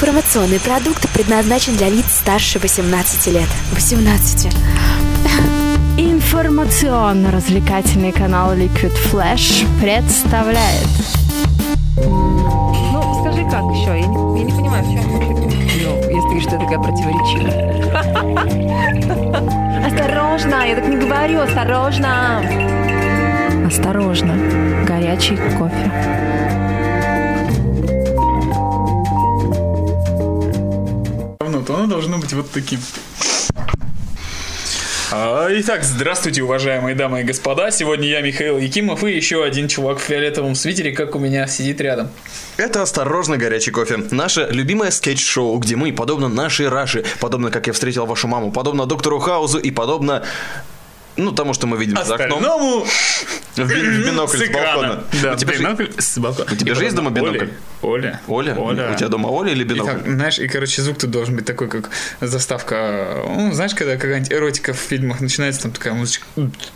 Информационный продукт предназначен для лиц старше 18 лет. 18. Информационно-развлекательный канал Liquid Flash представляет. Ну, скажи, как еще? Я не, я не понимаю, в чем вообще. Ну, если ты говоришь, что я такая противоречивая. Осторожно, я так не говорю, осторожно. Осторожно, горячий кофе. равно, то оно должно быть вот таким. А, Итак, здравствуйте, уважаемые дамы и господа. Сегодня я Михаил Якимов и еще один чувак в фиолетовом свитере, как у меня сидит рядом. Это «Осторожно, горячий кофе» — наше любимое скетч-шоу, где мы, подобно нашей Раше, подобно «Как я встретил вашу маму», подобно «Доктору Хаузу» и подобно, ну, тому, что мы видим за окном, Остальному в, бин- в бинокль с с экрана. балкона. Да, у тебя же- бинокль с балкона. У тебя же есть дома бинокль? Оля. Оля? У тебя дома Оля или И бинокль? так, знаешь, и, короче, звук тут должен быть такой, как заставка. Ну, знаешь, когда какая-нибудь эротика в фильмах начинается, там такая музычка. Тунц,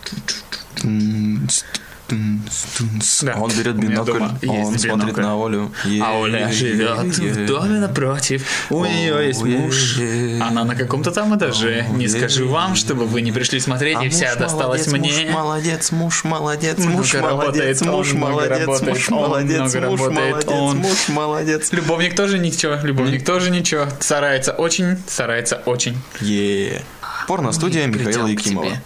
тунц, тунц. Да. Он берет У меня бинокль, дома есть он смотрит бинокль. на Олю. А Оля Е-е-е. живет в доме напротив. У О, нее есть муж. е-е. Она на каком-то там этаже. О, Не скажу е-е. вам, чтобы вы не пришли смотреть, А и муж вся досталась молодец, мне. Муж молодец, муж молодец, Много муж работает молодец, он, муж много молодец, работает муж он, молодец, много муж работает молодец, он. муж молодец. Любовник тоже ничего, любовник тоже ничего. Старается очень, старается очень. Е. Порно-студия Михаила придем к Якимова. тебе.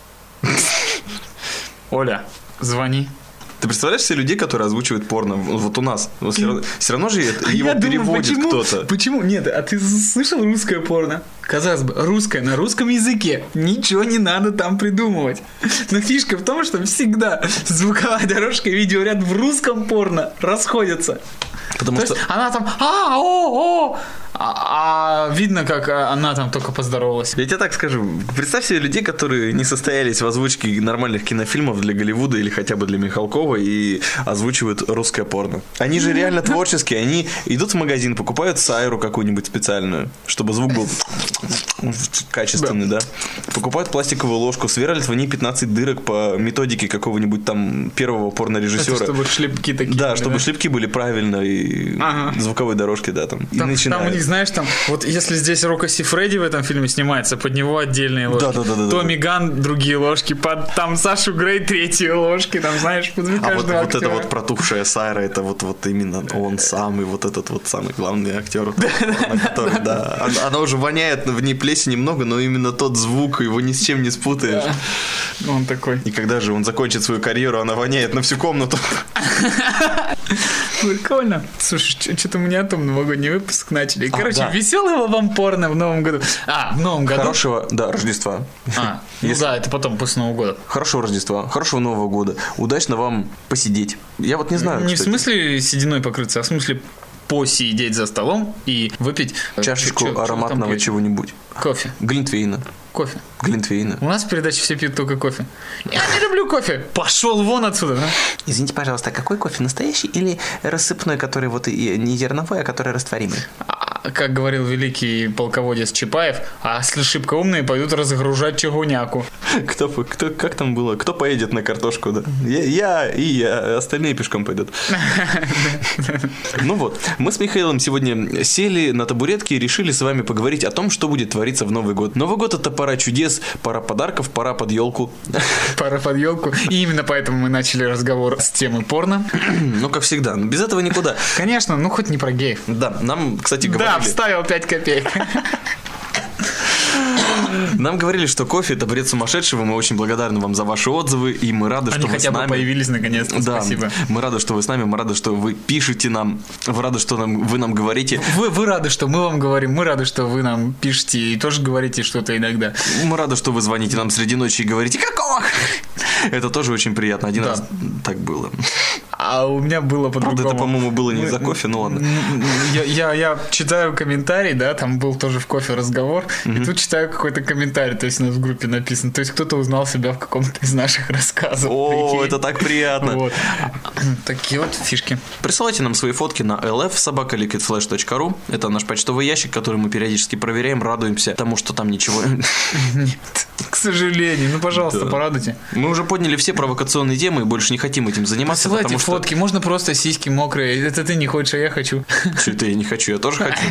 Оля, звони. Ты представляешь себе людей, которые озвучивают порно? Вот у нас. Все равно, всё равно же это- его А Я думаю, переводит почему- кто-то. Почему? Нет, а ты слышал русское порно? Казалось бы, русское на русском языке. Ничего не надо там придумывать. Но фишка в том, что всегда звуковая дорожка и видеоряд в русском порно расходятся. Потому То что... есть она там а о о а, а видно, как а, она там только поздоровалась. Я тебе так скажу. Представь себе людей, которые не состоялись в озвучке нормальных кинофильмов для Голливуда или хотя бы для Михалкова и озвучивают русское порно. Они же реально творческие. Они идут в магазин, покупают сайру какую-нибудь специальную, чтобы звук был качественный, да. Покупают пластиковую ложку, сверлят в ней 15 дырок по методике какого-нибудь там первого порнорежиссера. Чтобы шлепки такие. Да, чтобы да? шлепки были правильно и Ага. звуковой дорожки, да, там. Там, И там у начинают. них, знаешь, там, вот если здесь Рокко Си Фредди в этом фильме снимается, под него отдельные ложки. Да-да-да-да-да. Томми Ган другие ложки, под там Сашу Грей третьи ложки, там, знаешь, под А вот, каждого вот это актера. вот протухшая Сайра, это вот, вот именно он самый, вот этот вот самый главный актер. который, да. Она- Она уже воняет, в ней плесень немного, но именно тот звук, его ни с чем не спутаешь. Он такой. И когда же он закончит свою карьеру, она воняет на всю комнату. Прикольно. Слушай, что-то у меня там новогодний выпуск начали. Короче, А, да. веселого вам порно в новом году. А, в новом году. Хорошего, да, Рождества. А, ну Если- да, это потом, после Нового года. Хорошего Рождества, хорошего Нового года. Удачно вам посидеть. Я вот не знаю, Не в А, кстати. смысле сединой покрыться, а в смысле посидеть за столом и выпить э, чё- чё- чё чашечку там ароматного пьёте? чего-нибудь. Кофе. Глинтвейна. Кофе. Глинтвейна. У нас в передаче все пьют только кофе. Я не люблю кофе. Пошел вон отсюда. да? Извините, пожалуйста, а какой кофе? Настоящий или рассыпной, который вот и не зерновой, а который растворимый? А, Как говорил великий полководец Чапаев, а если шибко умные пойдут разгружать чугуняку. Кто, по- кто, как там было? Кто поедет на картошку, да? Я, я и я, остальные пешком пойдут. Ну вот, мы с Михаилом сегодня сели на табуретке и решили с вами поговорить о том, что будет твориться в Новый год. Новый год это пора чудес, пора подарков, пора под елку. Пара под елку. И именно поэтому мы начали разговор с темы порно. Ну, как всегда, ну, без этого никуда. Конечно, ну хоть не про геев. Да, нам, кстати, Да, говорили, вставил 5 копеек. нам говорили, что кофе это бред сумасшедшего. Мы очень благодарны вам за ваши отзывы, и мы рады, Они что вы хотя с бы нами. появились наконец-то. Да, Спасибо. мы рады, что вы с нами, мы рады, что вы пишете нам, вы рады, что нам, вы нам говорите. Вы, вы рады, что мы вам говорим, мы рады, что вы нам пишете и тоже говорите что-то иногда. Мы рады, что вы звоните нам среди ночи и говорите «Какого?» Это тоже очень приятно. Один Да. раз так было. А у меня было по-другому. Правда, это, по-моему, было не Мы- за кофе, ну ладно. Я, я, я читаю комментарий, да, там был тоже в кофе разговор, и тут читаю какой-то комментарий, то есть у нас в группе написано, то есть кто-то узнал себя в каком-то из наших рассказов. О, ну, Прикинь. это так приятно. Вот. Такие вот фишки. Присылайте нам свои фотки на lfsobakaliquidflash.ru. Это наш почтовый ящик, который мы периодически проверяем, радуемся тому, что там ничего... Нет. К сожалению. Ну, пожалуйста, Да. порадуйте. Мы уже подняли все провокационные темы и больше не хотим этим заниматься, Посылайте потому что... фотки, можно просто сиськи мокрые. Это ты не хочешь, а я хочу. Чё это я не хочу, я тоже хочу.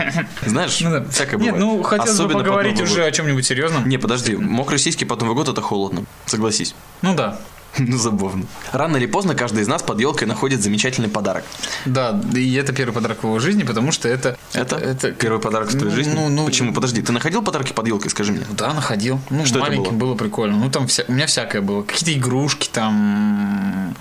Знаешь, Ну да. всякое Нет, бывает. ну хотелось бы Особенно под поговорить Новый уже год. о чем-нибудь серьезном. Не, подожди, мокрые сиськи под Новый год это холодно, согласись. Ну да. Ну, забавно. Рано или поздно каждый из нас под елкой находит замечательный подарок. Да, и это первый подарок в его жизни, потому что это... Это, первый подарок в твоей ну, жизни? ну, ну- Почему? Подожди, ты находил подарки под елкой, скажи мне? Да, находил. Ну, Что это маленьким было? прикольно. Ну, там вся... у меня всякое было. Какие-то игрушки там,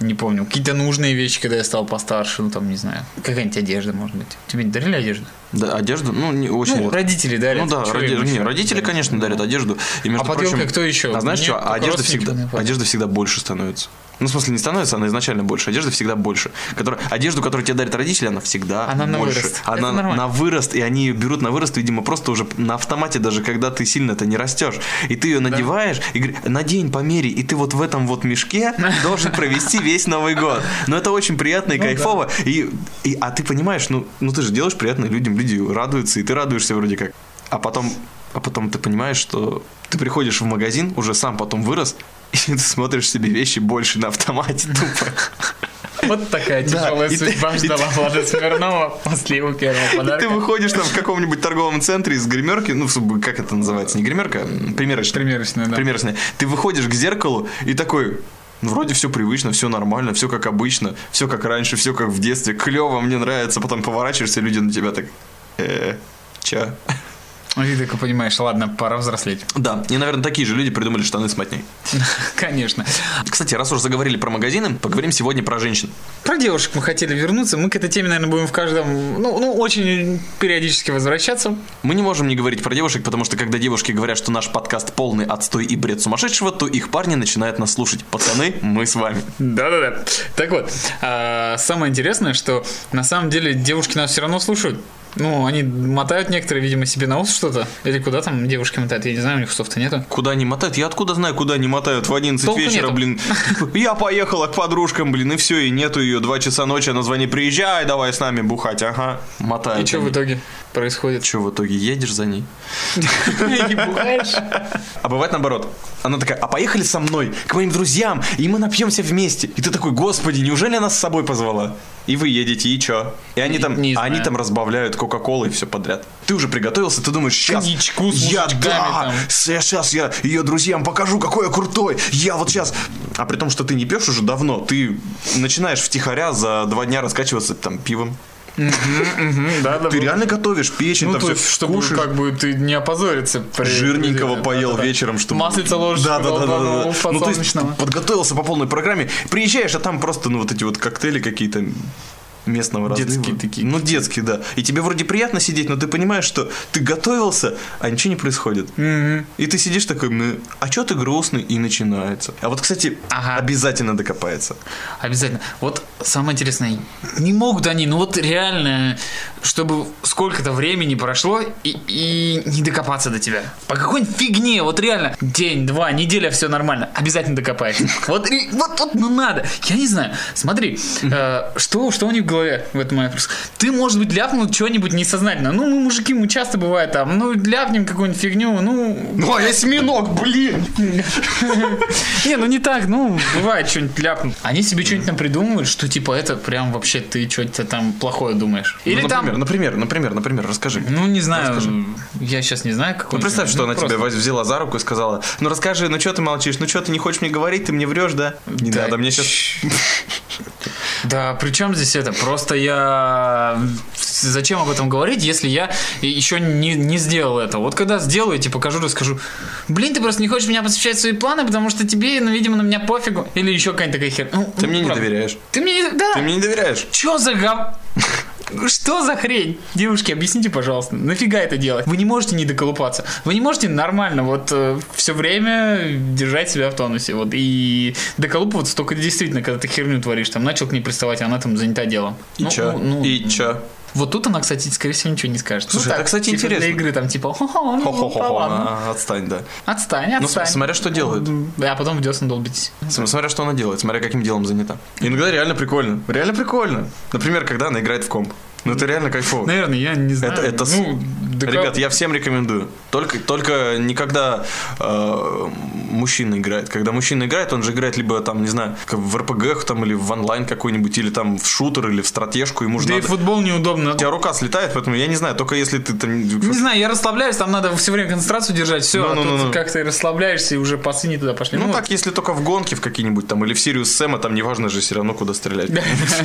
не помню. Какие-то нужные вещи, когда я стал постарше, ну, там, не знаю. Какая-нибудь одежда, может быть. Тебе не дарили одежду? Да, одежду? Ну, не очень. ну, редко. родители дарят. Ну да, Чё роди- им не, ещё? родители, конечно, дарят одежду. И, между А под прочим, ёлкой кто ещё? А знаешь Мне что, только а одежда родственники всегда, мне платят. одежда всегда больше становится. Ну, в смысле, не становится, она изначально больше. Одежда всегда больше. Которая, одежду, которую тебе дарят родители, она всегда Она на больше. вырост. Это Она нормально. на вырост, и они ее берут на вырост, видимо, просто уже на автомате, даже когда ты сильно это не растешь. И ты ее надеваешь, и говоришь, надень, померяй, и ты вот в этом вот мешке должен провести весь Новый год. Но это очень приятно и кайфово. И, и- а ты понимаешь, ну, ну ты же делаешь приятно людям, люди радуются, и ты радуешься вроде как. А потом, а потом ты понимаешь, что ты приходишь в магазин, уже сам потом вырос, и ты смотришь себе вещи больше на автомате тупо. Вот такая Да, тяжелая и ты- судьба и ждала ты- Влада Смирнова после его первого И ты подарка. выходишь там в каком-нибудь торговом центре из гримерки, ну, в суб- как это называется, не гримерка, а примерочная. Примерочная, да. Примерочная. Ты выходишь к зеркалу и такой, ну, вроде все привычно, все нормально, все как обычно, все как раньше, все как в детстве, клево, мне нравится, потом поворачиваешься, люди на тебя так, «Э, чё? Ну, И ты такой понимаешь, ладно, пора взрослеть. Да, и, наверное, такие же люди придумали штаны с матней. Конечно. Кстати, раз уже заговорили про магазины, поговорим сегодня про женщин. Про девушек мы хотели вернуться. Мы к этой теме, наверное, будем в каждом... Ну, ну очень периодически возвращаться. Мы не можем не говорить про девушек, потому что когда девушки говорят, что наш подкаст полный отстой и бред сумасшедшего, то их парни начинают нас слушать. Пацаны, мы с вами. Да-да-да. Так вот, а, самое интересное, что на самом деле девушки нас все равно слушают. Ну, они мотают некоторые, видимо, себе на ус что-то. Или куда там девушки мотают, я не знаю, у них усов-то нету. Куда они мотают? Я откуда знаю, куда они мотают? В 11 Толку вечера, нету. блин. Я поехала к подружкам, блин, и все, и нету ее. Два часа ночи, она звонит, приезжай, давай с нами бухать, ага. Мотают. И что в итоге происходит? Че в итоге, едешь за ней? Не бухаешь? А бывает наоборот. Она такая, а поехали со мной, к моим друзьям, и мы напьемся вместе. И ты такой, господи, неужели она с собой позвала? И вы едете, и чё? И они Не- там, не а они знаю. там разбавляют кока-колу и все подряд. Ты уже приготовился, ты думаешь, сейчас Коньячку с я, мужичками да, там». с- я сейчас я ее друзьям покажу, какой я крутой. Я вот сейчас. А при том, что ты не пьешь уже давно, ты начинаешь втихаря за два дня раскачиваться там пивом. Да-да. Ты реально готовишь печень, Ну, там то всё есть, чтобы кушаешь. как бы ты не опозориться. при- Жирненького Да, поел да, да. вечером, чтобы... Маслица ложишь Да, да, да, да, да. долбанула Ну, то есть подсолнечного. подготовился по полной программе. Приезжаешь, а там просто, ну, вот эти вот коктейли какие-то местного разлива. Детские такие. Ну, детские, да. И тебе вроде приятно сидеть, но ты понимаешь, что ты готовился, а ничего не происходит. Мгм. И ты сидишь такой, «Ну, а чё ты грустный? И начинается. А вот, кстати, Ага. обязательно докопается. Обязательно. Вот самое интересное, не могут они, ну вот реально, чтобы сколько-то времени прошло и, и не докопаться до тебя. По какой-нибудь фигне, вот реально, день, два, неделя, все нормально, обязательно докопается. Вот, и- вот, вот, ну надо. Я не знаю, смотри, э, что, что у них в голове в этом моя просто. Ты, может быть, ляпнул что-нибудь несознательно. Ну, мы, мужики, мы часто бывает там, ну, ляпнем какую-нибудь фигню, ну, Ну, а осьминог, блин! не, ну не так, ну, бывает что-нибудь ляпнут. Они себе что-нибудь там придумывают, что типа это прям вообще ты что-то там плохое думаешь. Или Ну, например, там... например, например, например, расскажи. Ну, не знаю, я сейчас не знаю, какой Ну, представь, что она просто- тебя воз- взяла за руку и сказала, ну расскажи, ну что ты молчишь, ну что ты не хочешь мне говорить, ты мне врешь, да? Не Да, надо, мне сейчас... чш. Да, при чем здесь это? Просто я... Зачем об этом говорить, если я еще не, не сделал это? Вот когда сделаю, я тебе покажу, расскажу. Блин, ты просто не хочешь меня посвящать в свои планы, потому что тебе, ну, видимо, на меня пофигу. Или еще какая-нибудь такая хер. Ну, Ты ну, мне не правда. доверяешь. Ты мне не... Да. Ты мне не доверяешь. Чё за гов... Что за хрень? Девушки, объясните, пожалуйста, нафига это делать? Вы не можете не доколупаться. Вы не можете нормально вот все время держать себя в тонусе. Вот и доколупываться только действительно, когда ты херню творишь. Там начал к ней приставать, а она там занята делом. Ну, И чё? и чё? Вот тут она, кстати, скорее всего, ничего не скажет. Слушай, это, кстати, типа, интересно. Для игры там типа, «Хо-хо, ну, да Хо-хо-хо, ладно. а, отстань, да. Отстань, Ну, отстань. ну. см- смотря что делает. Да, а потом в десна долбитесь. См- Смотря что она делает, смотря каким делом занята. Иногда реально прикольно. Реально прикольно. Например, когда она играет в комп. Ну, это реально кайфово. Наверное, я не знаю. Это- это с- ну, Да Ребят, как- я всем рекомендую. Только, только никогда э, мужчина играет. Когда мужчина играет, он же играет либо там, не знаю, как в РПГ там, или в онлайн какой-нибудь, или там в шутер, или в стратежку, ему же Да и надо- футбол неудобно. У тебя рука слетает, поэтому я не знаю, только если ты там... Не знаю, я расслабляюсь, там надо все время концентрацию держать, все, а Ну-ну-ну-ну. тут как ты расслабляешься и уже пасы не туда пошли. Ну, вот. так, если только в гонки в какие-нибудь там, или в Сириус Сэма, там неважно же все равно, куда стрелять.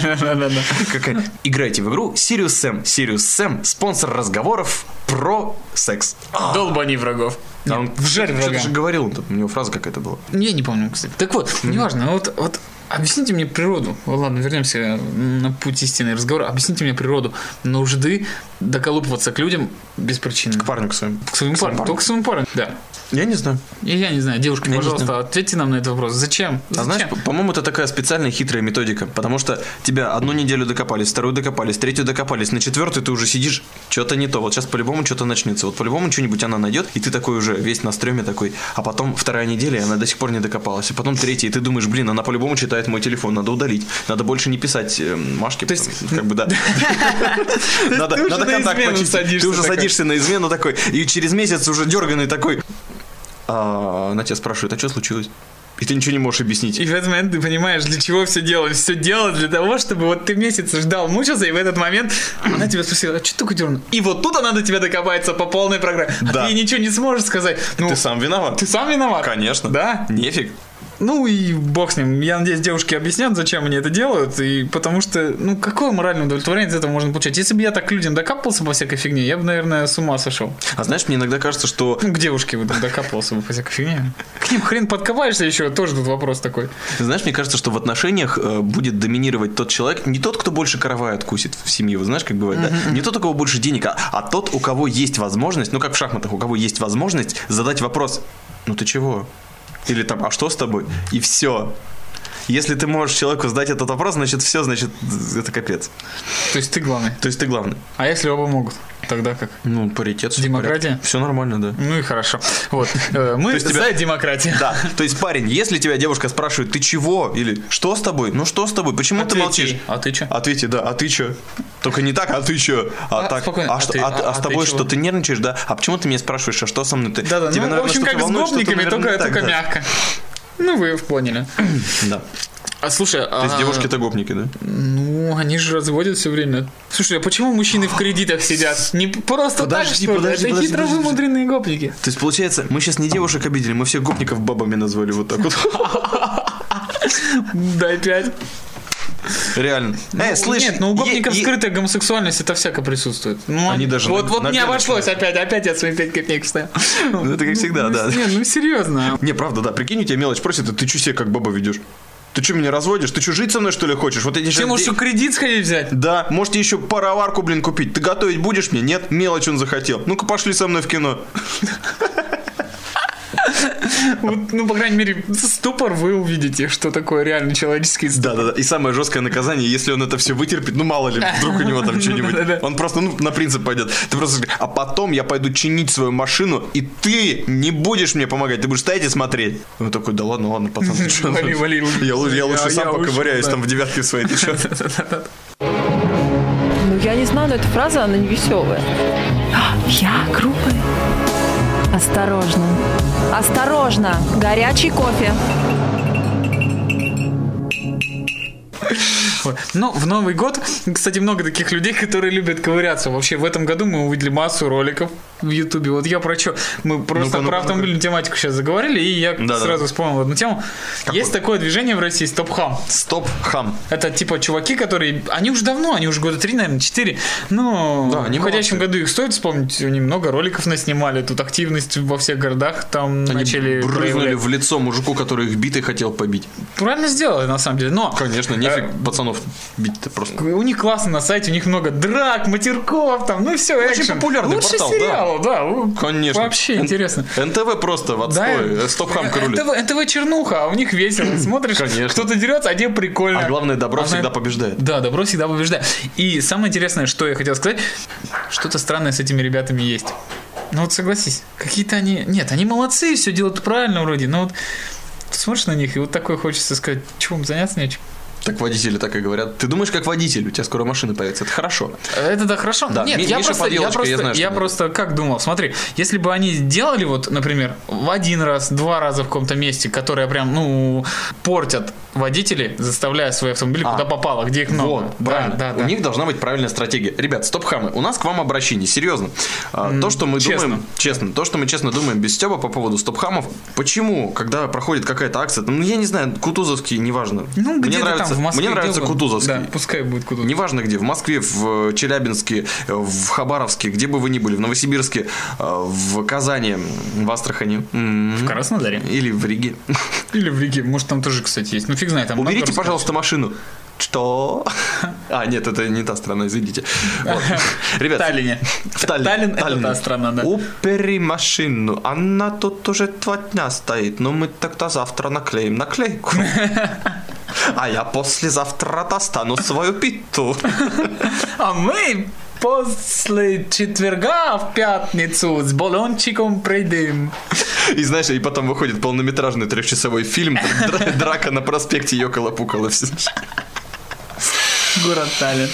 Да-да-да. Какая- Играйте в игру Сириус Сэм. Сириус Сэм – спонсор разговоров про секс. Долбани врагов. А он Нет, вжарь что-то врага. же говорил, он там, у него фраза какая-то была. Я не помню, кстати. Так вот, неважно, вот, вот объясните мне природу. Ну, Ладно, вернемся на путь истинный разговор. Объясните мне природу нужды доколупываться к людям без причины. К парню к своему. К своему парню. Только к своему парню, да. Я не знаю. И я не знаю, девушки, Я не пожалуйста, знаю. ответьте нам на этот вопрос. Зачем? А Зачем? знаешь, по- по-моему, это такая специальная хитрая методика, потому что тебя одну неделю докопались, вторую докопались, третью докопались, на четвертую ты уже сидишь, что-то не то, вот сейчас по-любому что-то начнется, вот по-любому что-нибудь она найдет, и ты такой уже весь на стреме такой, а потом вторая неделя, и она до сих пор не докопалась, а потом третья, и ты думаешь, блин, она по-любому читает мой телефон, надо удалить, надо больше не писать э, Машке, есть- потому- как бы да. Надо уже надо на контакт измену почистить. Ты садишься уже такой. садишься на измену такой, и через месяц уже дерганый такой, «А, она тебя спрашивает, а что случилось? И ты ничего не можешь объяснить. И в этот момент ты понимаешь, для чего все делалось. Все делалось для того, чтобы вот ты месяц ждал, мучился, и в этот момент она тебя спросила, а что ты дернул? И вот тут она до тебя докопается по полной программе. А Да. ты ей ничего не сможешь сказать. Ну, Ты сам виноват. ты сам виноват. Конечно. Да. Нефиг. Ну и бог с ним. Я надеюсь, девушки объяснят, зачем они это делают. И потому что, ну, какое моральное удовлетворение из этого можно получать? Если бы я так к людям докапывался по всякой фигне, я бы, наверное, с ума сошел. А знаешь, мне иногда кажется, что... Ну, к девушке бы там докапывался бы по всякой фигне. К ним хрен подкопаешься еще, тоже тут вопрос такой. Знаешь, мне кажется, что в отношениях э, будет доминировать тот человек, не тот, кто больше каравая откусит в семье, вот знаешь, как бывает, да? Не тот, у кого больше денег, а, а тот, у кого есть возможность, ну, как в шахматах, у кого есть возможность задать вопрос, ну, ты чего? Или там, а что с тобой? И все. Если ты можешь человеку задать этот вопрос, значит, все, значит, это капец. То есть ты главный. То есть ты главный. А если оба могут? Тогда как? Ну, паритет. всё в Демократия? порядке. Все нормально, да. Ну и хорошо. Вот. Э, Мы есть тебя- за демократию. Да, то есть, парень, если тебя девушка спрашивает, ты чего? Или что с тобой? Ну что с тобой? Почему ты Ответь молчишь? ей. А ты чё? Ответи, да, а ты чё? Только не так, а ты чё? А, А, так, спокойно, а, а что- ты- а- а а с ты тобой чего? что, ты нервничаешь, да? А почему ты меня спрашиваешь, а что со мной ты? Да-да, Тебя, ну, наверное, в общем, что-то как с волнует, что-то, гопниками, только, наверное, только так, да. мягко. Ну, вы поняли. Да. А слушай, То есть а- девушки-то гопники, да? Ну, они же разводят все время. Слушай, а почему мужчины в кредитах сидят? Не просто Подожди, так, что ли? подожди, Это подожди, хитро подожди. вымудренные гопники. То есть, получается, мы сейчас не девушек обидели, мы всех гопников бабами назвали вот так вот. Дай пять. Реально. Э, слышь. Нет, ну у е- гопников е- скрытая гомосексуальность, это всяко присутствует. Ну, Они даже Вот, на- вот на не белом обошлось опять, опять я свои пять копеек вставил. Ну, это как всегда, да. Не, ну серьезно. Не, правда, да, прикинь, у тебя мелочь просит, а ты чё себя как баба ведешь? Ты что, меня разводишь? Ты что, жить со мной, что ли, хочешь? Вот эти Ты можешь еще кредит сходить взять? Да, можете еще пароварку, блин, купить. Ты готовить будешь мне? Нет, мелочь он захотел. Ну-ка, пошли со мной в кино. Вот, ну, по крайней мере, ступор вы увидите, что такое реально человеческий ступор. Да-да-да, и самое жесткое наказание, если он это все вытерпит, ну мало ли, вдруг у него там что-нибудь. Да-да-да. Он просто, ну, на принцип пойдет. Ты просто скажешь, а потом я пойду чинить свою машину, и ты не будешь мне помогать, ты будешь стоять и смотреть. Он такой, да ладно, ладно, пацан, ты чё? ну, Вали, вали, руки. Я лу- я лучше Я- я сам ушел, поковыряюсь да. там в девятке своей, ты чё? Ну, я не знаю, но эта фраза, она не веселая. Я грубая. Осторожно. Осторожно, горячий кофе. Вот. Ну, в Новый год, кстати, много таких людей, которые любят ковыряться. Вообще, в этом году мы увидели массу роликов в Ютубе. Вот я про что? Мы просто ну-ка, про ну-ка. автомобильную тематику сейчас заговорили, и я Да-да. сразу вспомнил одну тему. Есть такое движение в России, стоп-хам. Стоп, хам. Это типа чуваки, которые... Они уже давно, они уже года три, наверное, четыре. Но Да, они в уходящем молодцы. году их стоит вспомнить. Они много роликов наснимали. Тут активность во всех городах там начали брызнули проявлять. в лицо мужику, который их битый хотел побить. Правильно сделали, на самом деле. Но Конечно, нефиг Э, пацанов бить-то просто. у них классно на сайте, у них много драк, матерков там, ну все, Очень популярный Лучше портал, да. сериалов, да. у- Конечно. Вообще Н- интересно. НТВ просто в отстой. Да. э, Стопхамка рулит. НТВ, НТВ чернуха, а у них весело. Смотришь, Конечно. кто-то дерется, а тебе прикольно. А главное, добро Она- всегда побеждает. Да, добро всегда побеждает. И самое интересное, что я хотел сказать, что-то странное с этими ребятами есть. Ну вот согласись, какие-то они... Нет, они молодцы, все делают правильно вроде, но вот смотришь на них, и вот такое хочется сказать, чем заняться нечем. Так водители так и говорят. Ты думаешь, как водитель, у тебя скоро машины появятся. Это хорошо. Это да хорошо. Да, Нет, Ми- я Миша просто, я поделочка, просто, я я, знаю, что он просто как думал. Смотри, если бы они делали вот, например, в один раз, два раза в каком-то месте, которые прям, ну, портят водители, заставляя свой автомобиль А. куда попало, где их много. Вот, Ну, Да, правильно. да, у да. них должна быть правильная стратегия. Ребят, стоп-хамы, у нас к вам обращение, серьезно. А, то, что мы честно. думаем, честно, то, что мы честно думаем без Стеба по поводу стоп-хамов, почему, когда проходит какая-то акция, там, ну, я не знаю, Кутузовский, неважно. Ну, мне где-то нравится, там в Москве. Мне нравится делают. Кутузовский. Да, пускай будет Кутузовский. Неважно где, в Москве, в э, Челябинске, э, в Хабаровске, где бы вы ни были, в Новосибирске, э, в Казани, м, в Астрахани. м, В Краснодаре. Или в Риге. Или в Риге. Может, там тоже, кстати, есть. Ну, фиг знает. Там много Уберите, русских. пожалуйста, машину. Что? А, нет, это не та страна, извините. Вот. В Ребят, Таллине. В Таллине. Таллин это Таллине. та страна, да. Убери машину, она тут уже два дня стоит, но мы тогда завтра наклеим наклейку. А я послезавтра достану свою питу. А мы после четверга в пятницу с баллончиком придем. И знаешь, и потом выходит полнометражный трехчасовой фильм дра- «Драка на проспекте Йокола-Пукола». Все. Город Таллин.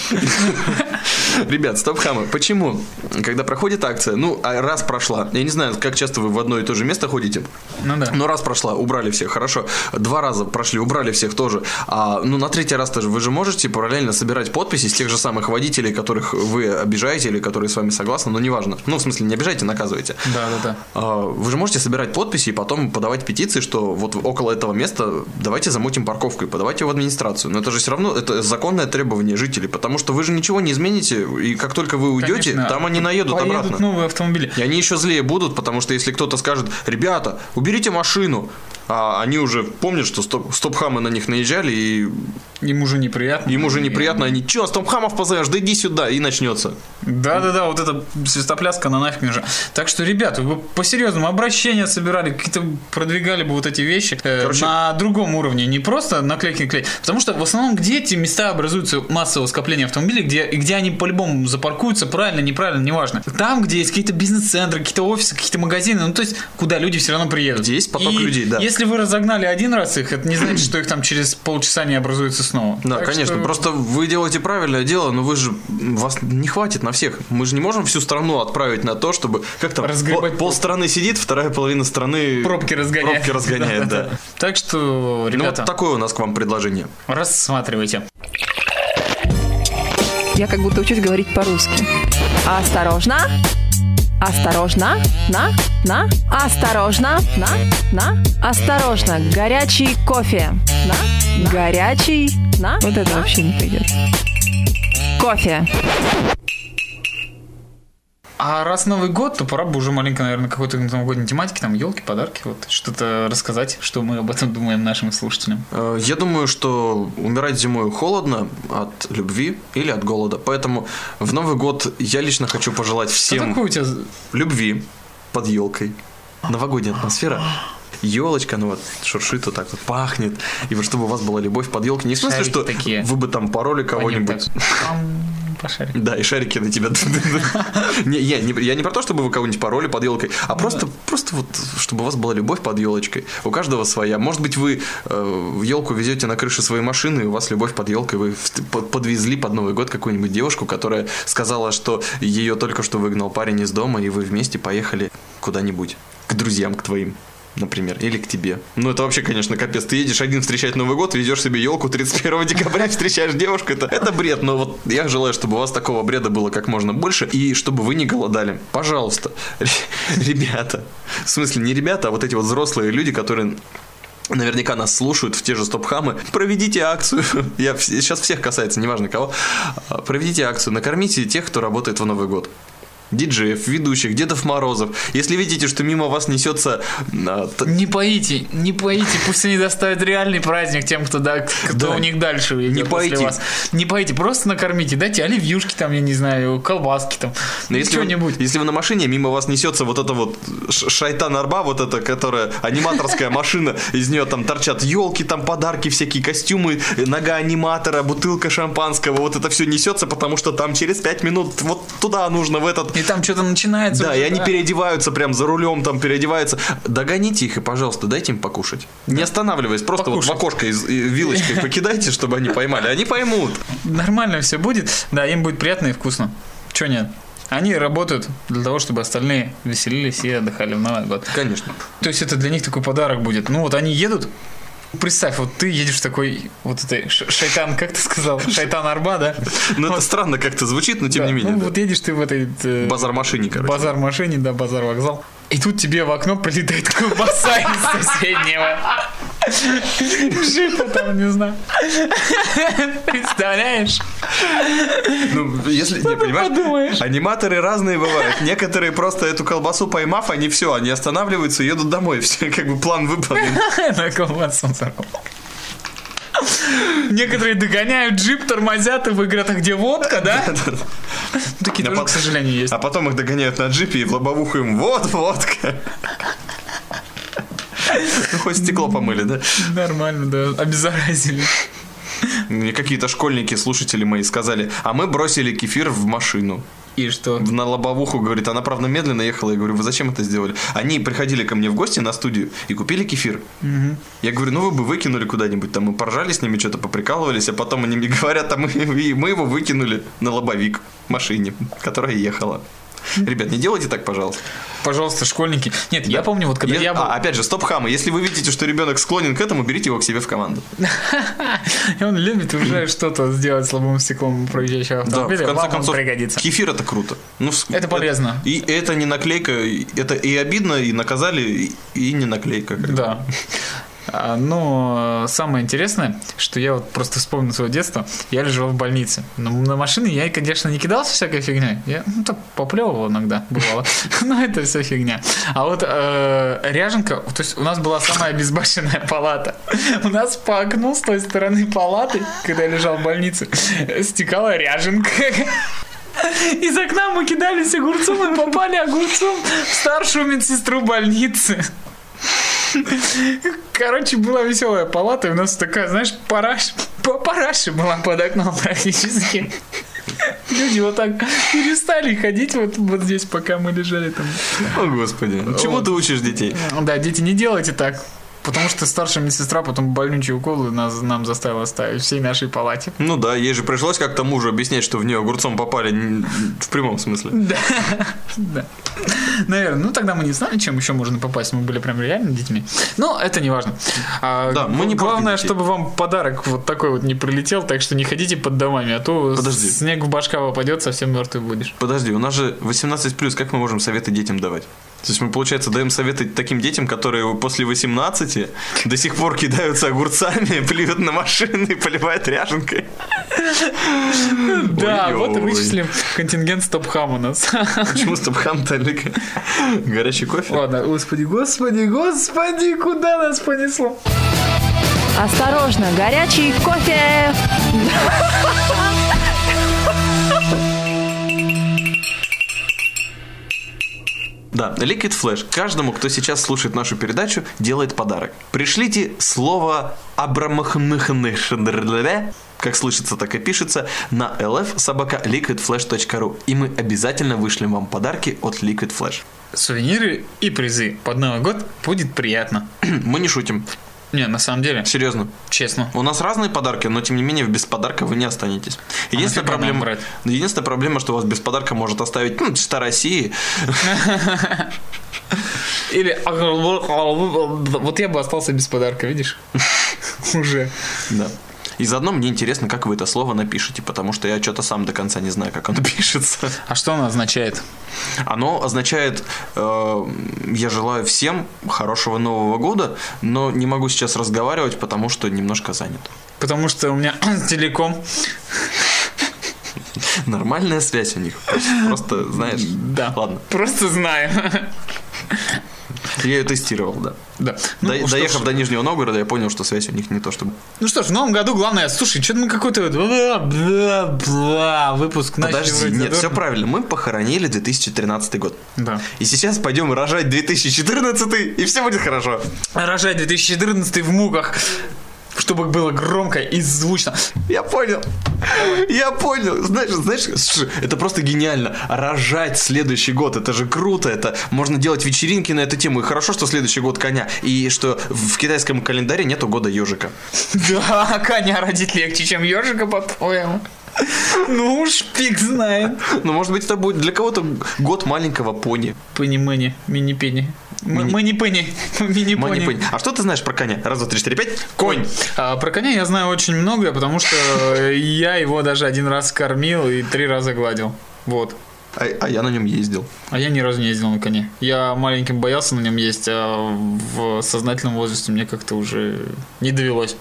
Ребят, стоп-хамы, почему, когда проходит акция, ну, а раз прошла, я не знаю, как часто вы в одно и то же место ходите, Ну да. но раз прошла, убрали всех, хорошо. Два раза прошли, убрали всех тоже. А, ну, на третий раз тоже вы же можете параллельно собирать подписи с тех же самых водителей, которых вы обижаете или которые с вами согласны, но неважно. Ну, в смысле, не обижайте, наказывайте. Да, да, да. А, Вы же можете собирать подписи и потом подавать петиции, что вот около этого места давайте замутим парковку и подавайте в администрацию. Но это же все равно это законное требование жителей, потому что вы же ничего не измените, и как только вы уйдете, Конечно. там они наедут Поедут ну, обратно. новые автомобили. И они еще злее будут, потому что если кто-то скажет, ребята, уберите машину, а они уже помнят, что стоп- стоп-хамы на них наезжали, и Им уже неприятно. им уже неприятно, они, че, стоп-хамов позовешь, да иди сюда, и начнется. Да-да-да, вот эта свистопляска на нафиг нужна. Так что, ребят, вы бы по-серьезному обращения собирали, какие-то продвигали бы вот эти вещи э, Короче- на другом уровне, не просто наклейки клей. Потому что в основном где эти места образуются массового скопления автомобилей, где, и где они по-любому запаркуются, правильно, неправильно, неважно. Там, где есть какие-то бизнес-центры, какие-то офисы, какие-то магазины, ну то есть, куда люди все равно приедут. Где есть поток И людей, да. Если вы разогнали один раз их, это не значит, что их там через полчаса не образуется снова. Да, Так конечно. что- Просто вы делаете правильное дело, но вы же вас не хватит на всех. Мы же не можем всю страну отправить на то, чтобы как там Разгребать пол- полстраны сидит, вторая половина страны Пробки разгоняет. Пробки разгоняет, да. Так что, Ну вот ребята, такое у нас к вам предложение. рассматривайте. Я как будто учусь говорить по-русски. Осторожно. Осторожно. На. На. Осторожно. На. На. Осторожно. Горячий кофе. На. Горячий. На. Вот это вообще не пойдет. Кофе. А раз Новый год, то пора бы уже маленько, наверное, какой-то новогодней тематики, там елки, подарки, вот что-то рассказать, что мы об этом думаем нашим слушателям. Э, Я думаю, что умирать зимой холодно от любви или от голода. Поэтому в Новый год я лично хочу пожелать Что всем такое А у тебя? за- любви под елкой. Новогодняя атмосфера. Елочка, ну вот шуршит вот так вот, пахнет. И вот чтобы у вас была любовь под елкой. Не в смысле, Шарики что такие. вы бы там пороли Понятно. кого-нибудь. Ам, Пошарик. Да, и шарики на тебя. Не, Я не я не про то, чтобы вы кого-нибудь пороли под елкой, а просто просто вот, чтобы у вас была любовь под елочкой. У каждого своя. Может быть, вы э, елку везете на крыше своей машины, и у вас любовь под елкой. Вы в- под- подвезли под Новый год какую-нибудь девушку, которая сказала, что ее только что выгнал парень из дома, и вы вместе поехали куда-нибудь. К друзьям, к твоим. Например, или к тебе. Ну, это вообще, конечно, капец. Ты едешь один встречать Новый год, везешь себе елку 31 декабря, встречаешь девушку. Это, это бред, но вот я желаю, чтобы у вас такого бреда было как можно больше, и чтобы вы не голодали. Пожалуйста, ре- ребята. В смысле, не ребята, а вот эти вот взрослые люди, которые Наверняка нас слушают в те же стоп-хамы. Проведите акцию. Я сейчас всех касается, неважно кого. А, Проведите акцию. Накормите тех, кто работает в Новый год. Диджеев, ведущих, Дедов Морозов. Если видите, что мимо вас несется... а, т- Не поите, не поите, пусть они доставят реальный праздник тем, кто, да, кто Да. у них дальше идет Не после поите. вас. Не поите, просто накормите, дайте оливьюшки там, я не знаю, колбаски там, Но если, вы, что-нибудь. если вы на машине, мимо вас несется вот эта вот ш- шайтан арба, вот эта, которая аниматорская машина, из нее там торчат елки, там подарки, всякие костюмы, э, нога аниматора, бутылка шампанского, вот это все несется, потому что там через пять минут вот туда нужно, в этот И И там что-то начинается. Да, уже, и они переодеваются прям за рулем, там переодеваются. Догоните их и, пожалуйста, дайте им покушать. Не останавливаясь, просто вот Покушать. в окошко из- и вилочкой покидайте, чтобы они поймали. Они поймут. Нормально все будет. Да, им будет приятно и вкусно. Че нет? Они работают для того, чтобы остальные веселились и отдыхали в Новый год. Конечно. То есть это для них такой подарок будет. Ну вот они едут, Представь, вот ты едешь такой, вот этой ш- шайтан, как ты сказал, шайтан арба, да? Ну, это Вот, странно как-то звучит, но тем да. не менее. Ну, да. вот едешь ты в этой... э, Базар машине, короче. Базар машине, да, базар вокзал. И тут тебе в окно прилетает колбаса из соседнего. Жипа там, не знаю. Представляешь? Ну, если, не, понимаешь, подумаешь. аниматоры разные бывают. Некоторые просто эту колбасу поймав, они все, они останавливаются и едут домой. Все, как бы план выполнен. На колбасу взорвал. Некоторые догоняют джип, тормозят и говорят, а где водка, да? Такие А тоже, пот- к сожалению, есть. А потом их догоняют на джипе и в лобовуху им вот водка. Ну, хоть стекло помыли, да? Нормально, да, обеззаразили. Мне какие-то школьники, слушатели мои сказали, а мы бросили кефир в машину. И что? в- на лобовуху, говорит, она, правда, медленно ехала. Я говорю, вы зачем это сделали? Они приходили ко мне в гости на студию и купили кефир. Я говорю, ну вы бы выкинули куда-нибудь, там мы поржали с ними, что-то поприкалывались, а потом они мне говорят, а мы, и мы его выкинули на лобовик машине, которая ехала. Ребят, не делайте так, пожалуйста. Пожалуйста, школьники. Нет, я помню, вот когда Е- я был... а, опять же, стоп-хамы. Если вы видите, что ребенок склонен к этому, берите его к себе в команду. И он любит уже что-то сделать с лобовым стеклом проезжающего автомобиля. Вам он пригодится. кефир это круто. Ну, в- Это полезно. И это не наклейка, и- это и обидно, и наказали, и, и не наклейка. как бы. Да. А, Но э, самое интересное, что я вот просто вспомнил свое детство, я лежал в больнице. Но на машины я, конечно, не кидался всякой фигней. Я ну, так поплевывал иногда, бывало. Но это все фигня. А вот э, ряженка, то есть у нас была самая безбашенная палата. У нас по окну с той стороны палаты, когда я лежал в больнице, э, стекала ряженка. Из окна мы кидались огурцом и попали огурцом в старшую медсестру больницы. Короче, была веселая палата, и у нас такая, знаешь, параш, па- параша была под окном практически. Люди вот так перестали ходить вот, вот здесь, пока мы лежали там. О, господи. ну Чему Вот. ты учишь детей? Да, дети, не делайте так. Потому что старшая медсестра потом больнючие уколы нас, нам заставила ставить всей нашей палате. Ну да, ей же пришлось как-то мужу объяснять, что в нее огурцом попали н- в прямом смысле. Да. да. Наверное. Ну, тогда мы не знали, чем еще можно попасть. Мы были прям реально детьми. Но это не важно. А, Да, мы не Главное, портим детей. чтобы вам подарок вот такой вот не прилетел, так что не ходите под домами, а то Подожди. снег в башка попадет, совсем мертвый будешь. Подожди, у нас же 18 плюс, как мы можем советы детям давать? То есть мы, получается, даем советы таким детям, которые после 18 до сих пор кидаются огурцами, плюют на машины и поливают ряженкой. Да, Ой-ой. вот и вычислим контингент стоп-хам у нас. Почему стопхам талик? Горячий кофе? Ладно, господи, господи, господи, куда нас понесло? Осторожно, горячий кофе! Да, Liquid Flash. Каждому, кто сейчас слушает нашу передачу, делает подарок. Пришлите слово «абрамахнахнышнрле», как слышится, так и пишется, на lfsobaka.liquidflash.ru. И мы обязательно вышлем вам подарки от Liquid Flash. Сувениры и призы. Под Новый год будет приятно. Мы не шутим. Не, на самом деле, Серьезно. честно. У нас разные подарки, но тем не менее без подарка вы не останетесь. нафига А Единственная нам проблема, брать? единственная проблема, что вас без подарка может оставить м, чита России. Или вот я бы остался без подарка, видишь? Уже. Да. И заодно мне интересно, как вы это слово напишете, потому что я что-то сам до конца не знаю, как оно пишется. А что она означает? Оно означает, э, я желаю всем хорошего Нового года, но не могу сейчас разговаривать, потому что немножко занят. Потому что у меня телеком. Нормальная связь у них. Просто, Просто, знаешь, Да. ладно. Просто знаю. Я ее тестировал, да. Да. До- Ну, что доехав ж. до Нижнего Новгорода, я понял, что связь у них не то чтобы. Ну что ж, в новом году главное, слушай, что-то мы какой-то вот бла-бла-бла выпуск начали. Подожди, вроде нет, все задорно. правильно. Мы похоронили 2013 год. Да. И сейчас пойдем рожать 2014, и все будет хорошо. Рожать 2014 в муках. чтобы было громко и звучно. Я понял. Я понял. Знаешь, знаешь, слушай, это просто гениально. Рожать следующий год, это же круто. Это можно делать вечеринки на эту тему. И хорошо, что следующий год коня. И что в китайском календаре нету года ежика. Да, коня родить легче, чем ежика, по-твоему. Ну уж фиг знает. Но Ну, может быть это будет для кого-то год маленького пони. Пони-мыни, мини-пени. Мини- Мини-пени. Мани Мини-пони. пони. А что ты знаешь про коня? Раз, два, три, четыре, пять. Конь. А, про коня я знаю очень многое, потому что э, я его даже один раз кормил и три раза гладил. Вот. А, а я на нем ездил. А я ни разу не ездил на коне. Я маленьким боялся на нем ездить, а в сознательном возрасте мне как-то уже не довелось.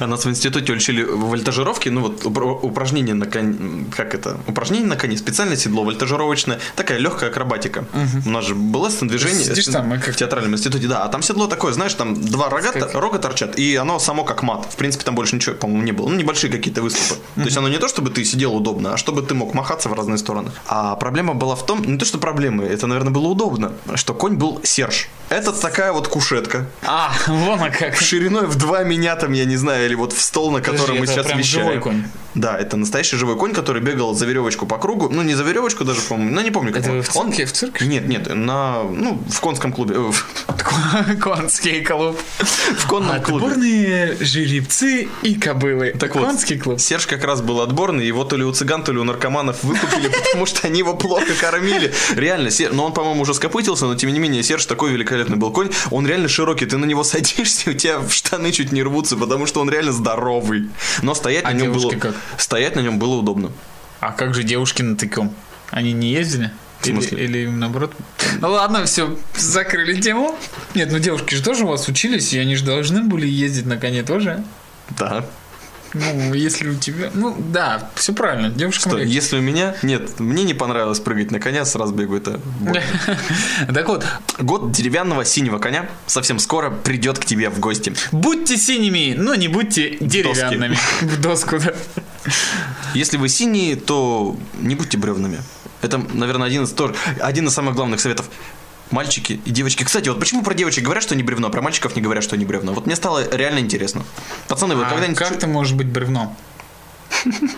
А нас в институте учили вольтажировки, ну вот упро- упражнение на коне, как это, упражнение на коне, специальное седло вольтажировочное, такая легкая акробатика. У нас же было сцендвижение Сидишь сцен- там и как- в театральном институте, да, а там седло такое, знаешь, там два рога, Как- рога торчат, и оно само как мат. В принципе, там больше ничего, по-моему, не было. Ну, небольшие какие-то выступы. То есть оно не то, чтобы ты сидел удобно, а чтобы ты мог махаться в разные стороны. А проблема была в том, не то, что проблемы, это, наверное, было удобно, что конь был серж. Это такая вот кушетка, А, вон она как. шириной в два меня там, я не знаю, или вот в стол, на Подожди, который мы это сейчас прям вещаем. живой конь? Да, это настоящий живой конь, который бегал за веревочку по кругу. Ну, не за веревочку даже, по-моему, ну, не помню. как Это он. в Он- цирке? В цирке? Нет, нет, на, ну, в конском клубе. э, в- Конский клуб. В А, конном клубе. Отборные жеребцы и кобылы. Так вот. Конский клуб. Серж как раз был отборный, его то ли у цыган, то ли у наркоманов выкупили, потому что они его плохо кормили. Реально, Сер- но он, по-моему, уже скопытился, но тем не менее, Серж такой великолепный был конь, он реально широкий, ты на него садишься, и у тебя в штаны чуть не рвутся, потому что он реально здоровый. Но стоять А на нем было... девушки как? Стоять на нем было удобно. А как же девушки на таком? Они не ездили? В Или, смысле? или им наоборот? Ну ладно, все, закрыли тему. Нет, ну девушки же тоже у вас учились, и они же должны были ездить на коне тоже. Да. Ну, если у тебя... Ну, да, все правильно, девушка. Что, если у меня... Нет, мне не понравилось прыгать на коня, с разбегу это... больно. Так вот, Год деревянного синего коня совсем скоро придет к тебе в гости. будьте синими, но не будьте деревянными. В доску, да. Если вы синие, то не будьте бревнами. Это, наверное, один из, тоже, один из самых главных советов. Мальчики и девочки. Кстати, вот почему про девочек говорят, что они бревно, а про мальчиков не говорят, что они бревно. Вот мне стало реально интересно. Пацаны, вы А когда-нибудь... как чу- ты можешь быть бревном?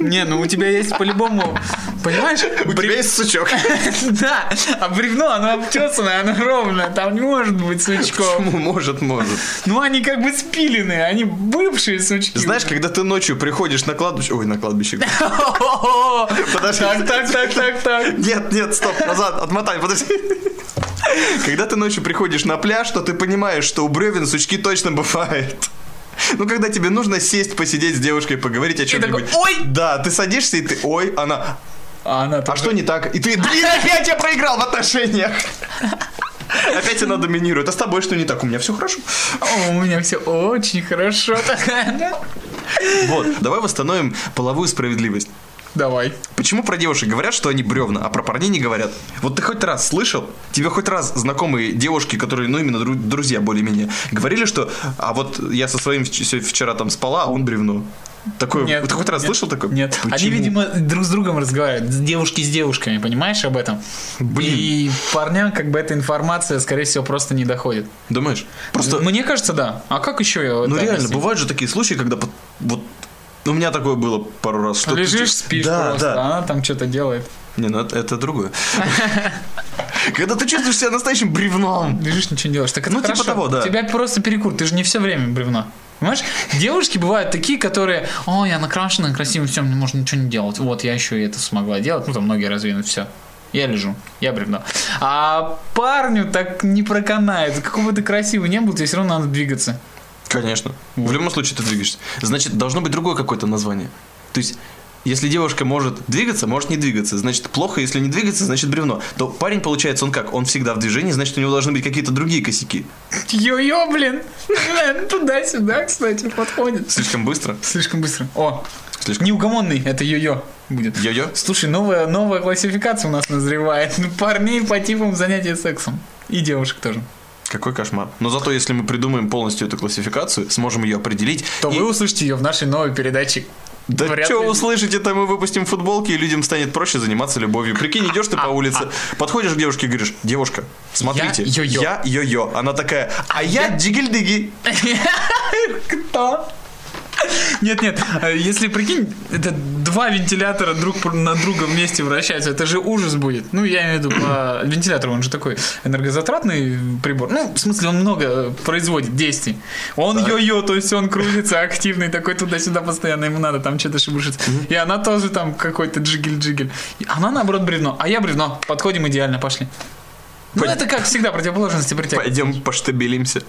Не, ну у тебя есть по-любому, понимаешь? У тебя есть сучок. Да, а бревно, оно обтесанное, оно ровное, там не может быть сучков. Почему? Может, может. Ну они как бы спиленные, они бывшие сучки. Знаешь, когда ты ночью приходишь на кладбище... Ой, на кладбище. О-о-о! Подожди. Так, так, так, так, так. Нет, нет, стоп, назад, отмотай, подожди. Когда ты ночью приходишь на пляж, то ты понимаешь, что у бревен сучки точно бывает. Ну, когда тебе нужно сесть, посидеть с девушкой, поговорить о чем-нибудь. такой, «Ой!» Да, ты садишься, и ты, ой, она, А она а тоже- что не так? И ты, блин, опять я проиграл в отношениях. Опять она доминирует. А с тобой что не так? У меня все хорошо. О, у меня все очень хорошо. Вот, давай восстановим половую справедливость. Давай. Почему про девушек говорят, что они бревна, а про парней не говорят? Вот ты хоть раз слышал, тебе хоть раз знакомые девушки, которые, ну, именно дру- друзья более-менее, говорили, что, а вот я со своим вч- сё- вчера там спала, а он бревно. Такое, Нет, ты хоть раз нет, слышал такое? Нет. Они, Почему? видимо, друг с другом разговаривают. с Девушки с девушками, понимаешь об этом? Блин. И парням как бы эта информация, скорее всего, просто не доходит. Думаешь? Просто, Мне кажется, да. А как еще я ну, это реально, объясню? бывают же такие случаи, когда под- вот... ну, У меня такое было пару раз, что... ты- Лежишь, спишь да, просто, Да, а она там что-то делает. Не, ну это, это другое. Когда ты чувствуешь себя настоящим бревном. Лежишь, ничего не делаешь. Так это Ну, типа хорошо. того, да. Тебя просто перекур, ты же не все время бревно. Понимаешь? Девушки бывают такие, которые, ой, я накрашена, красиво, все, мне можно ничего не делать. Вот, я еще и это смогла делать. Ну, там ноги развинут, все. Я лежу, я бревно. А парню так не проканает. Какой бы ты красивый не был, тебе все равно надо двигаться. Конечно. В любом случае ты двигаешься. Значит, должно быть другое какое-то название. То есть, если девушка может двигаться, может не двигаться. Значит, плохо, если не двигаться, значит бревно. То парень, получается, он как? Он всегда в движении, значит, у него должны быть какие-то другие косяки. Йо-йо, блин. Туда-сюда, кстати, подходит. Слишком быстро. Слишком быстро. О, Слишком... неугомонный, это йо-йо будет. Йо-йо. Слушай, новая, новая классификация у нас назревает. Ну, Парней по типам занятия сексом. И девушек тоже. Какой кошмар. Но зато, если мы придумаем полностью эту классификацию, сможем ее определить. То и- вы услышите ее в нашей новой передаче. Да Вряд что ли. услышите, то мы выпустим футболки, и людям станет проще заниматься любовью. А, Прикинь, идешь ты по улице, подходишь к девушке и говоришь, девушка, смотрите, йо-йо». Э, я йо-йо. Она такая, а я дигельдыги. Что? Нет, нет, э, если прикинь, это два вентилятора друг пр- на друга вместе вращаются, это же ужас будет. Ну, я имею в виду по вентилятору, он же такой энергозатратный прибор. Ну, в смысле, он много э, производит действий. Он йо-йо, то есть он крутится активный, такой туда-сюда постоянно, ему надо там что-то шебушиться. И она тоже там какой-то джигель-джигель. И Она, наоборот, бревно, а я бревно. Подходим идеально, пошли. Ну, Пой- это как всегда, противоположности притягивают. Пойдем поштабелимся.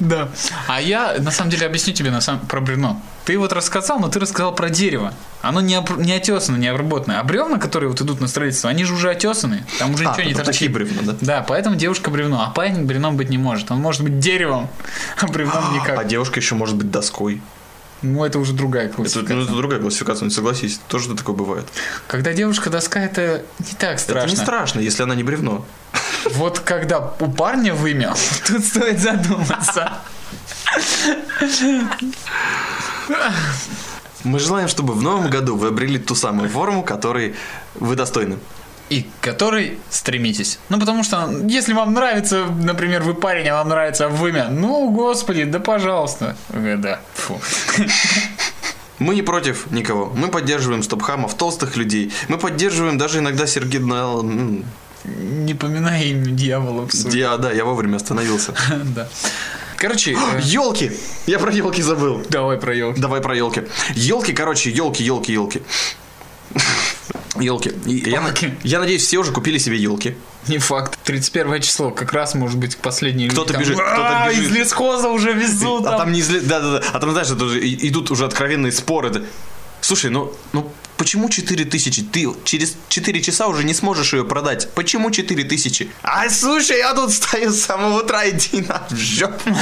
Да. А я, на самом деле, объясню тебе на самом... про бревно. Ты вот рассказал, но ты рассказал про дерево. Оно не, об- не отесано, не обработанное. А бревна, которые вот идут на строительство, они же уже отесаны. Там уже А, ничего не это такие торчит. бревна, да? Да, поэтому девушка бревно. А парень бревном быть не может. Он может быть деревом, а бревном А никак. девушка еще может быть доской. Ну, это уже другая Это, классика. ну, это другая классификация, ну согласись, тоже такое бывает. Когда девушка доска, это не так страшно. Это не страшно, если она не бревно. Вот когда у парня вымя, тут стоит задуматься. Мы желаем, чтобы в новом году вы обрели ту самую форму, которой вы достойны. и к которой стремитесь. Ну, потому что, если вам нравится, например, вы парень, а вам нравится вымя, ну, господи, да пожалуйста. Э, Да, фу. Мы не против никого. Мы поддерживаем стопхамов, толстых людей. Мы поддерживаем даже иногда Сергей Дна- м, Не поминай имя дьявола. псу. Диа, да, я вовремя остановился. Да. Короче, э, Елки! Я про елки забыл. давай про елки. Давай про елки. Елки, короче, елки, елки, елки. Елки. Я, на- Елки. я надеюсь, все уже купили себе елки. Не факт. 31 число, как раз, может быть, последний. Кто-то бежит, кто-то «А, Из бежит». лесхоза уже везут. А там. там не изле- Да-да-да. А там, знаешь, это уже и- идут уже откровенные споры. Это, Слушай, ну, ну почему 4000? Ты через 4 часа уже не сможешь ее продать. Почему 4000? А слушай, я тут стою с самого утра, иди на в жопу.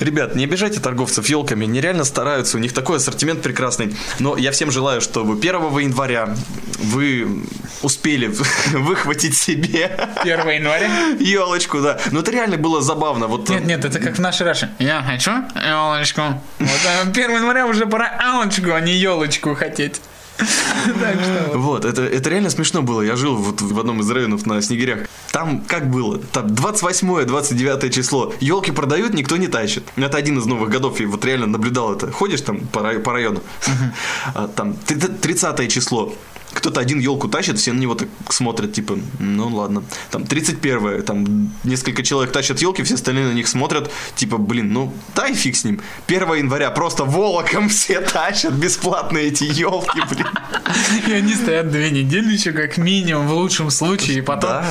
Ребят, не обижайте торговцев елками, они реально стараются, у них такой ассортимент прекрасный. Но я всем желаю, чтобы 1 января вы успели выхватить себе 1 января. елочку, да. Ну это реально было забавно. Вот, Нет, нет, это как в нашей Раше. Я хочу елочку. Вот, а 1 января уже пора алочку, а не елочку хотеть. Так что вот. Вот, это, это реально смешно было. Я жил вот в одном из районов на Снегирях. Там как было? Там 28-29 число. Елки продают, никто не тащит. Это один из новых годов. Я вот реально наблюдал это. Ходишь там по, рай- по району. А, Там три- 30 число. Кто-то один елку тащит, все на него так смотрят, типа, ну ладно. Там 31 там несколько человек тащат елки, все остальные на них смотрят, типа, блин, ну дай фиг с ним. 1 января просто волоком все тащат бесплатно эти елки, блин. И они стоят две недели еще как минимум, в лучшем случае, и потом... Да,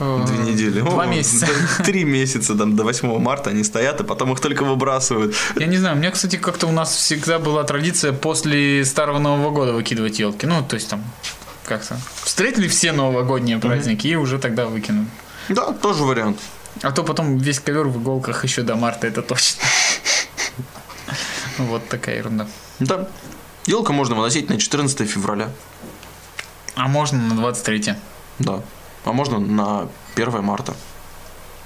э, две недели. Два О, месяца. да, Три месяца, там, до 8 марта они стоят, и потом их только выбрасывают. Я не знаю, у меня, кстати, как-то у нас всегда была традиция после Старого Нового Года выкидывать елки. Ну, то есть там как-то встретили все новогодние праздники и уже тогда выкинули. Да, тоже вариант. А то потом весь ковер в иголках еще до марта, это точно. Вот такая ерунда. Да. Елка можно выносить на 14 февраля. А можно на 23 Да. А можно на 1 марта.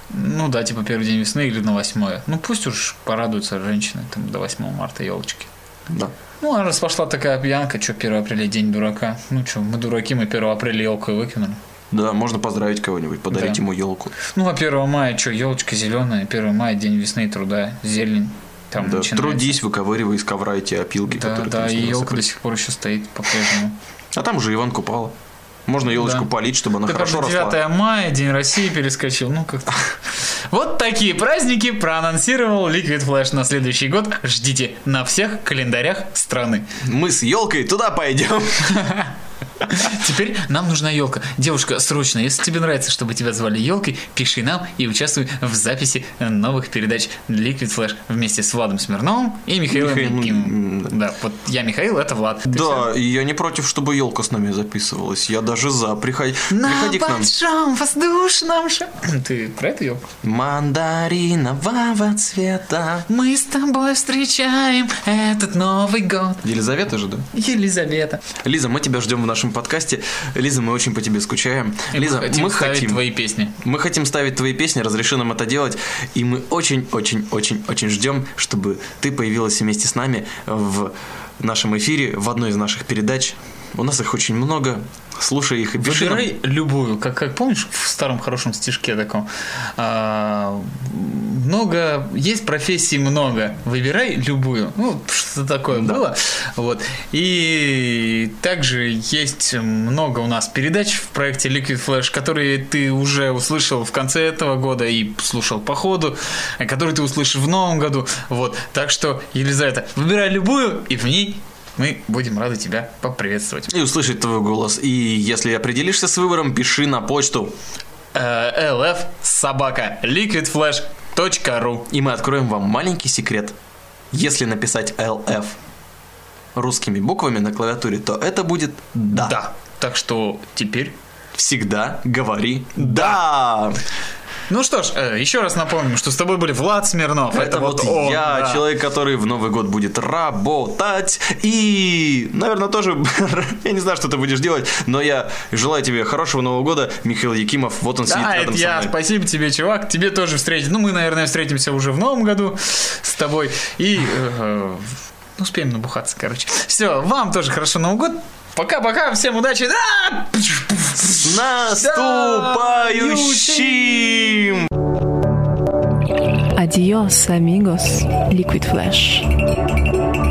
Ну да, типа первый день весны или на 8 Ну пусть уж порадуются женщины там до 8 марта елочки. Да. Ну, а раз пошла такая пьянка, что 1 апреля день дурака. Ну что, мы дураки, мы 1 апреля елку и выкинули. Да, можно поздравить кого-нибудь, подарить Да. ему елку. Ну, а 1 мая что, елочка зеленая, 1 мая день весны и труда, зелень. Там Да. начинается. Трудись, выковыривай из ковра эти опилки, Да, которые да, там и с него елка до сыпались. сих пор еще стоит по-прежнему. А там уже Иван Купала. Можно елочку Да. полить, чтобы она Да, Ну, хорошо правда, 9 росла. мая, День России перескочил. Ну, как Вот такие праздники проанонсировал Liquid Flash на следующий год. Ждите на всех календарях страны. Мы с елкой туда пойдем. Теперь нам нужна елка. Девушка, срочно, если тебе нравится, чтобы тебя звали елкой, пиши нам и участвуй в записи новых передач Liquid Flash вместе с Владом Смирновым и Михаилом Михаил, Якимовым. м, Да, вот я Михаил, это Влад. Ты всё? Да, и я не против, чтобы елка с нами записывалась. Я даже за. Приходи, На приходи к нам. большом воздушном ша... Ты про это елку? Мандаринового цвета. Мы с тобой встречаем этот Новый год. Елизавета же, да? Елизавета. Лиза, мы тебя ждем в нашем подкасте. Лиза, мы очень по тебе скучаем. И Лиза, мы хотим мы ставить хотим. твои песни. Мы хотим ставить твои песни, разреши нам это делать. И мы очень-очень-очень-очень ждем, чтобы ты появилась вместе с нами в нашем эфире, в одной из наших передач. У нас их очень много. Слушай их и пиши. нам. Выбирай любую, как, как помнишь в старом хорошем стишке таком. а, много, есть профессий много, выбирай любую. Ну, что такое было. Вот. И также есть много у нас передач в проекте Liquid Flash, которые ты уже услышал в конце этого года и слушал по ходу, а которые ты услышишь в новом году. Вот. Так что, Елизавета, выбирай любую, и в ней мы будем рады тебя поприветствовать. И услышать твой голос. И если определишься с выбором, пиши на почту. lf Э, собака liquidflash.ru И мы откроем вам маленький секрет. Если написать LF русскими буквами на клавиатуре, то это будет да. Да. Так что теперь... Всегда говори да. Ну что ж, э, еще раз напомним, что с тобой были Влад Смирнов. Это, вот, он, я, да. человек, который в Новый год будет работать. И, наверное, тоже, я не знаю, что ты будешь делать, но я желаю тебе хорошего Нового года. Михаил Якимов, вот он сидит Да, это рядом я. со мной. Спасибо тебе, чувак. Тебе тоже встретить. Ну, мы, наверное, встретимся уже в новом году с тобой. И э, э, успеем набухаться, короче. Все, вам тоже хорошо Новый год. Пока-пока, всем удачи. Да! С наступающим! Адиос, амигос, Liquid Flash.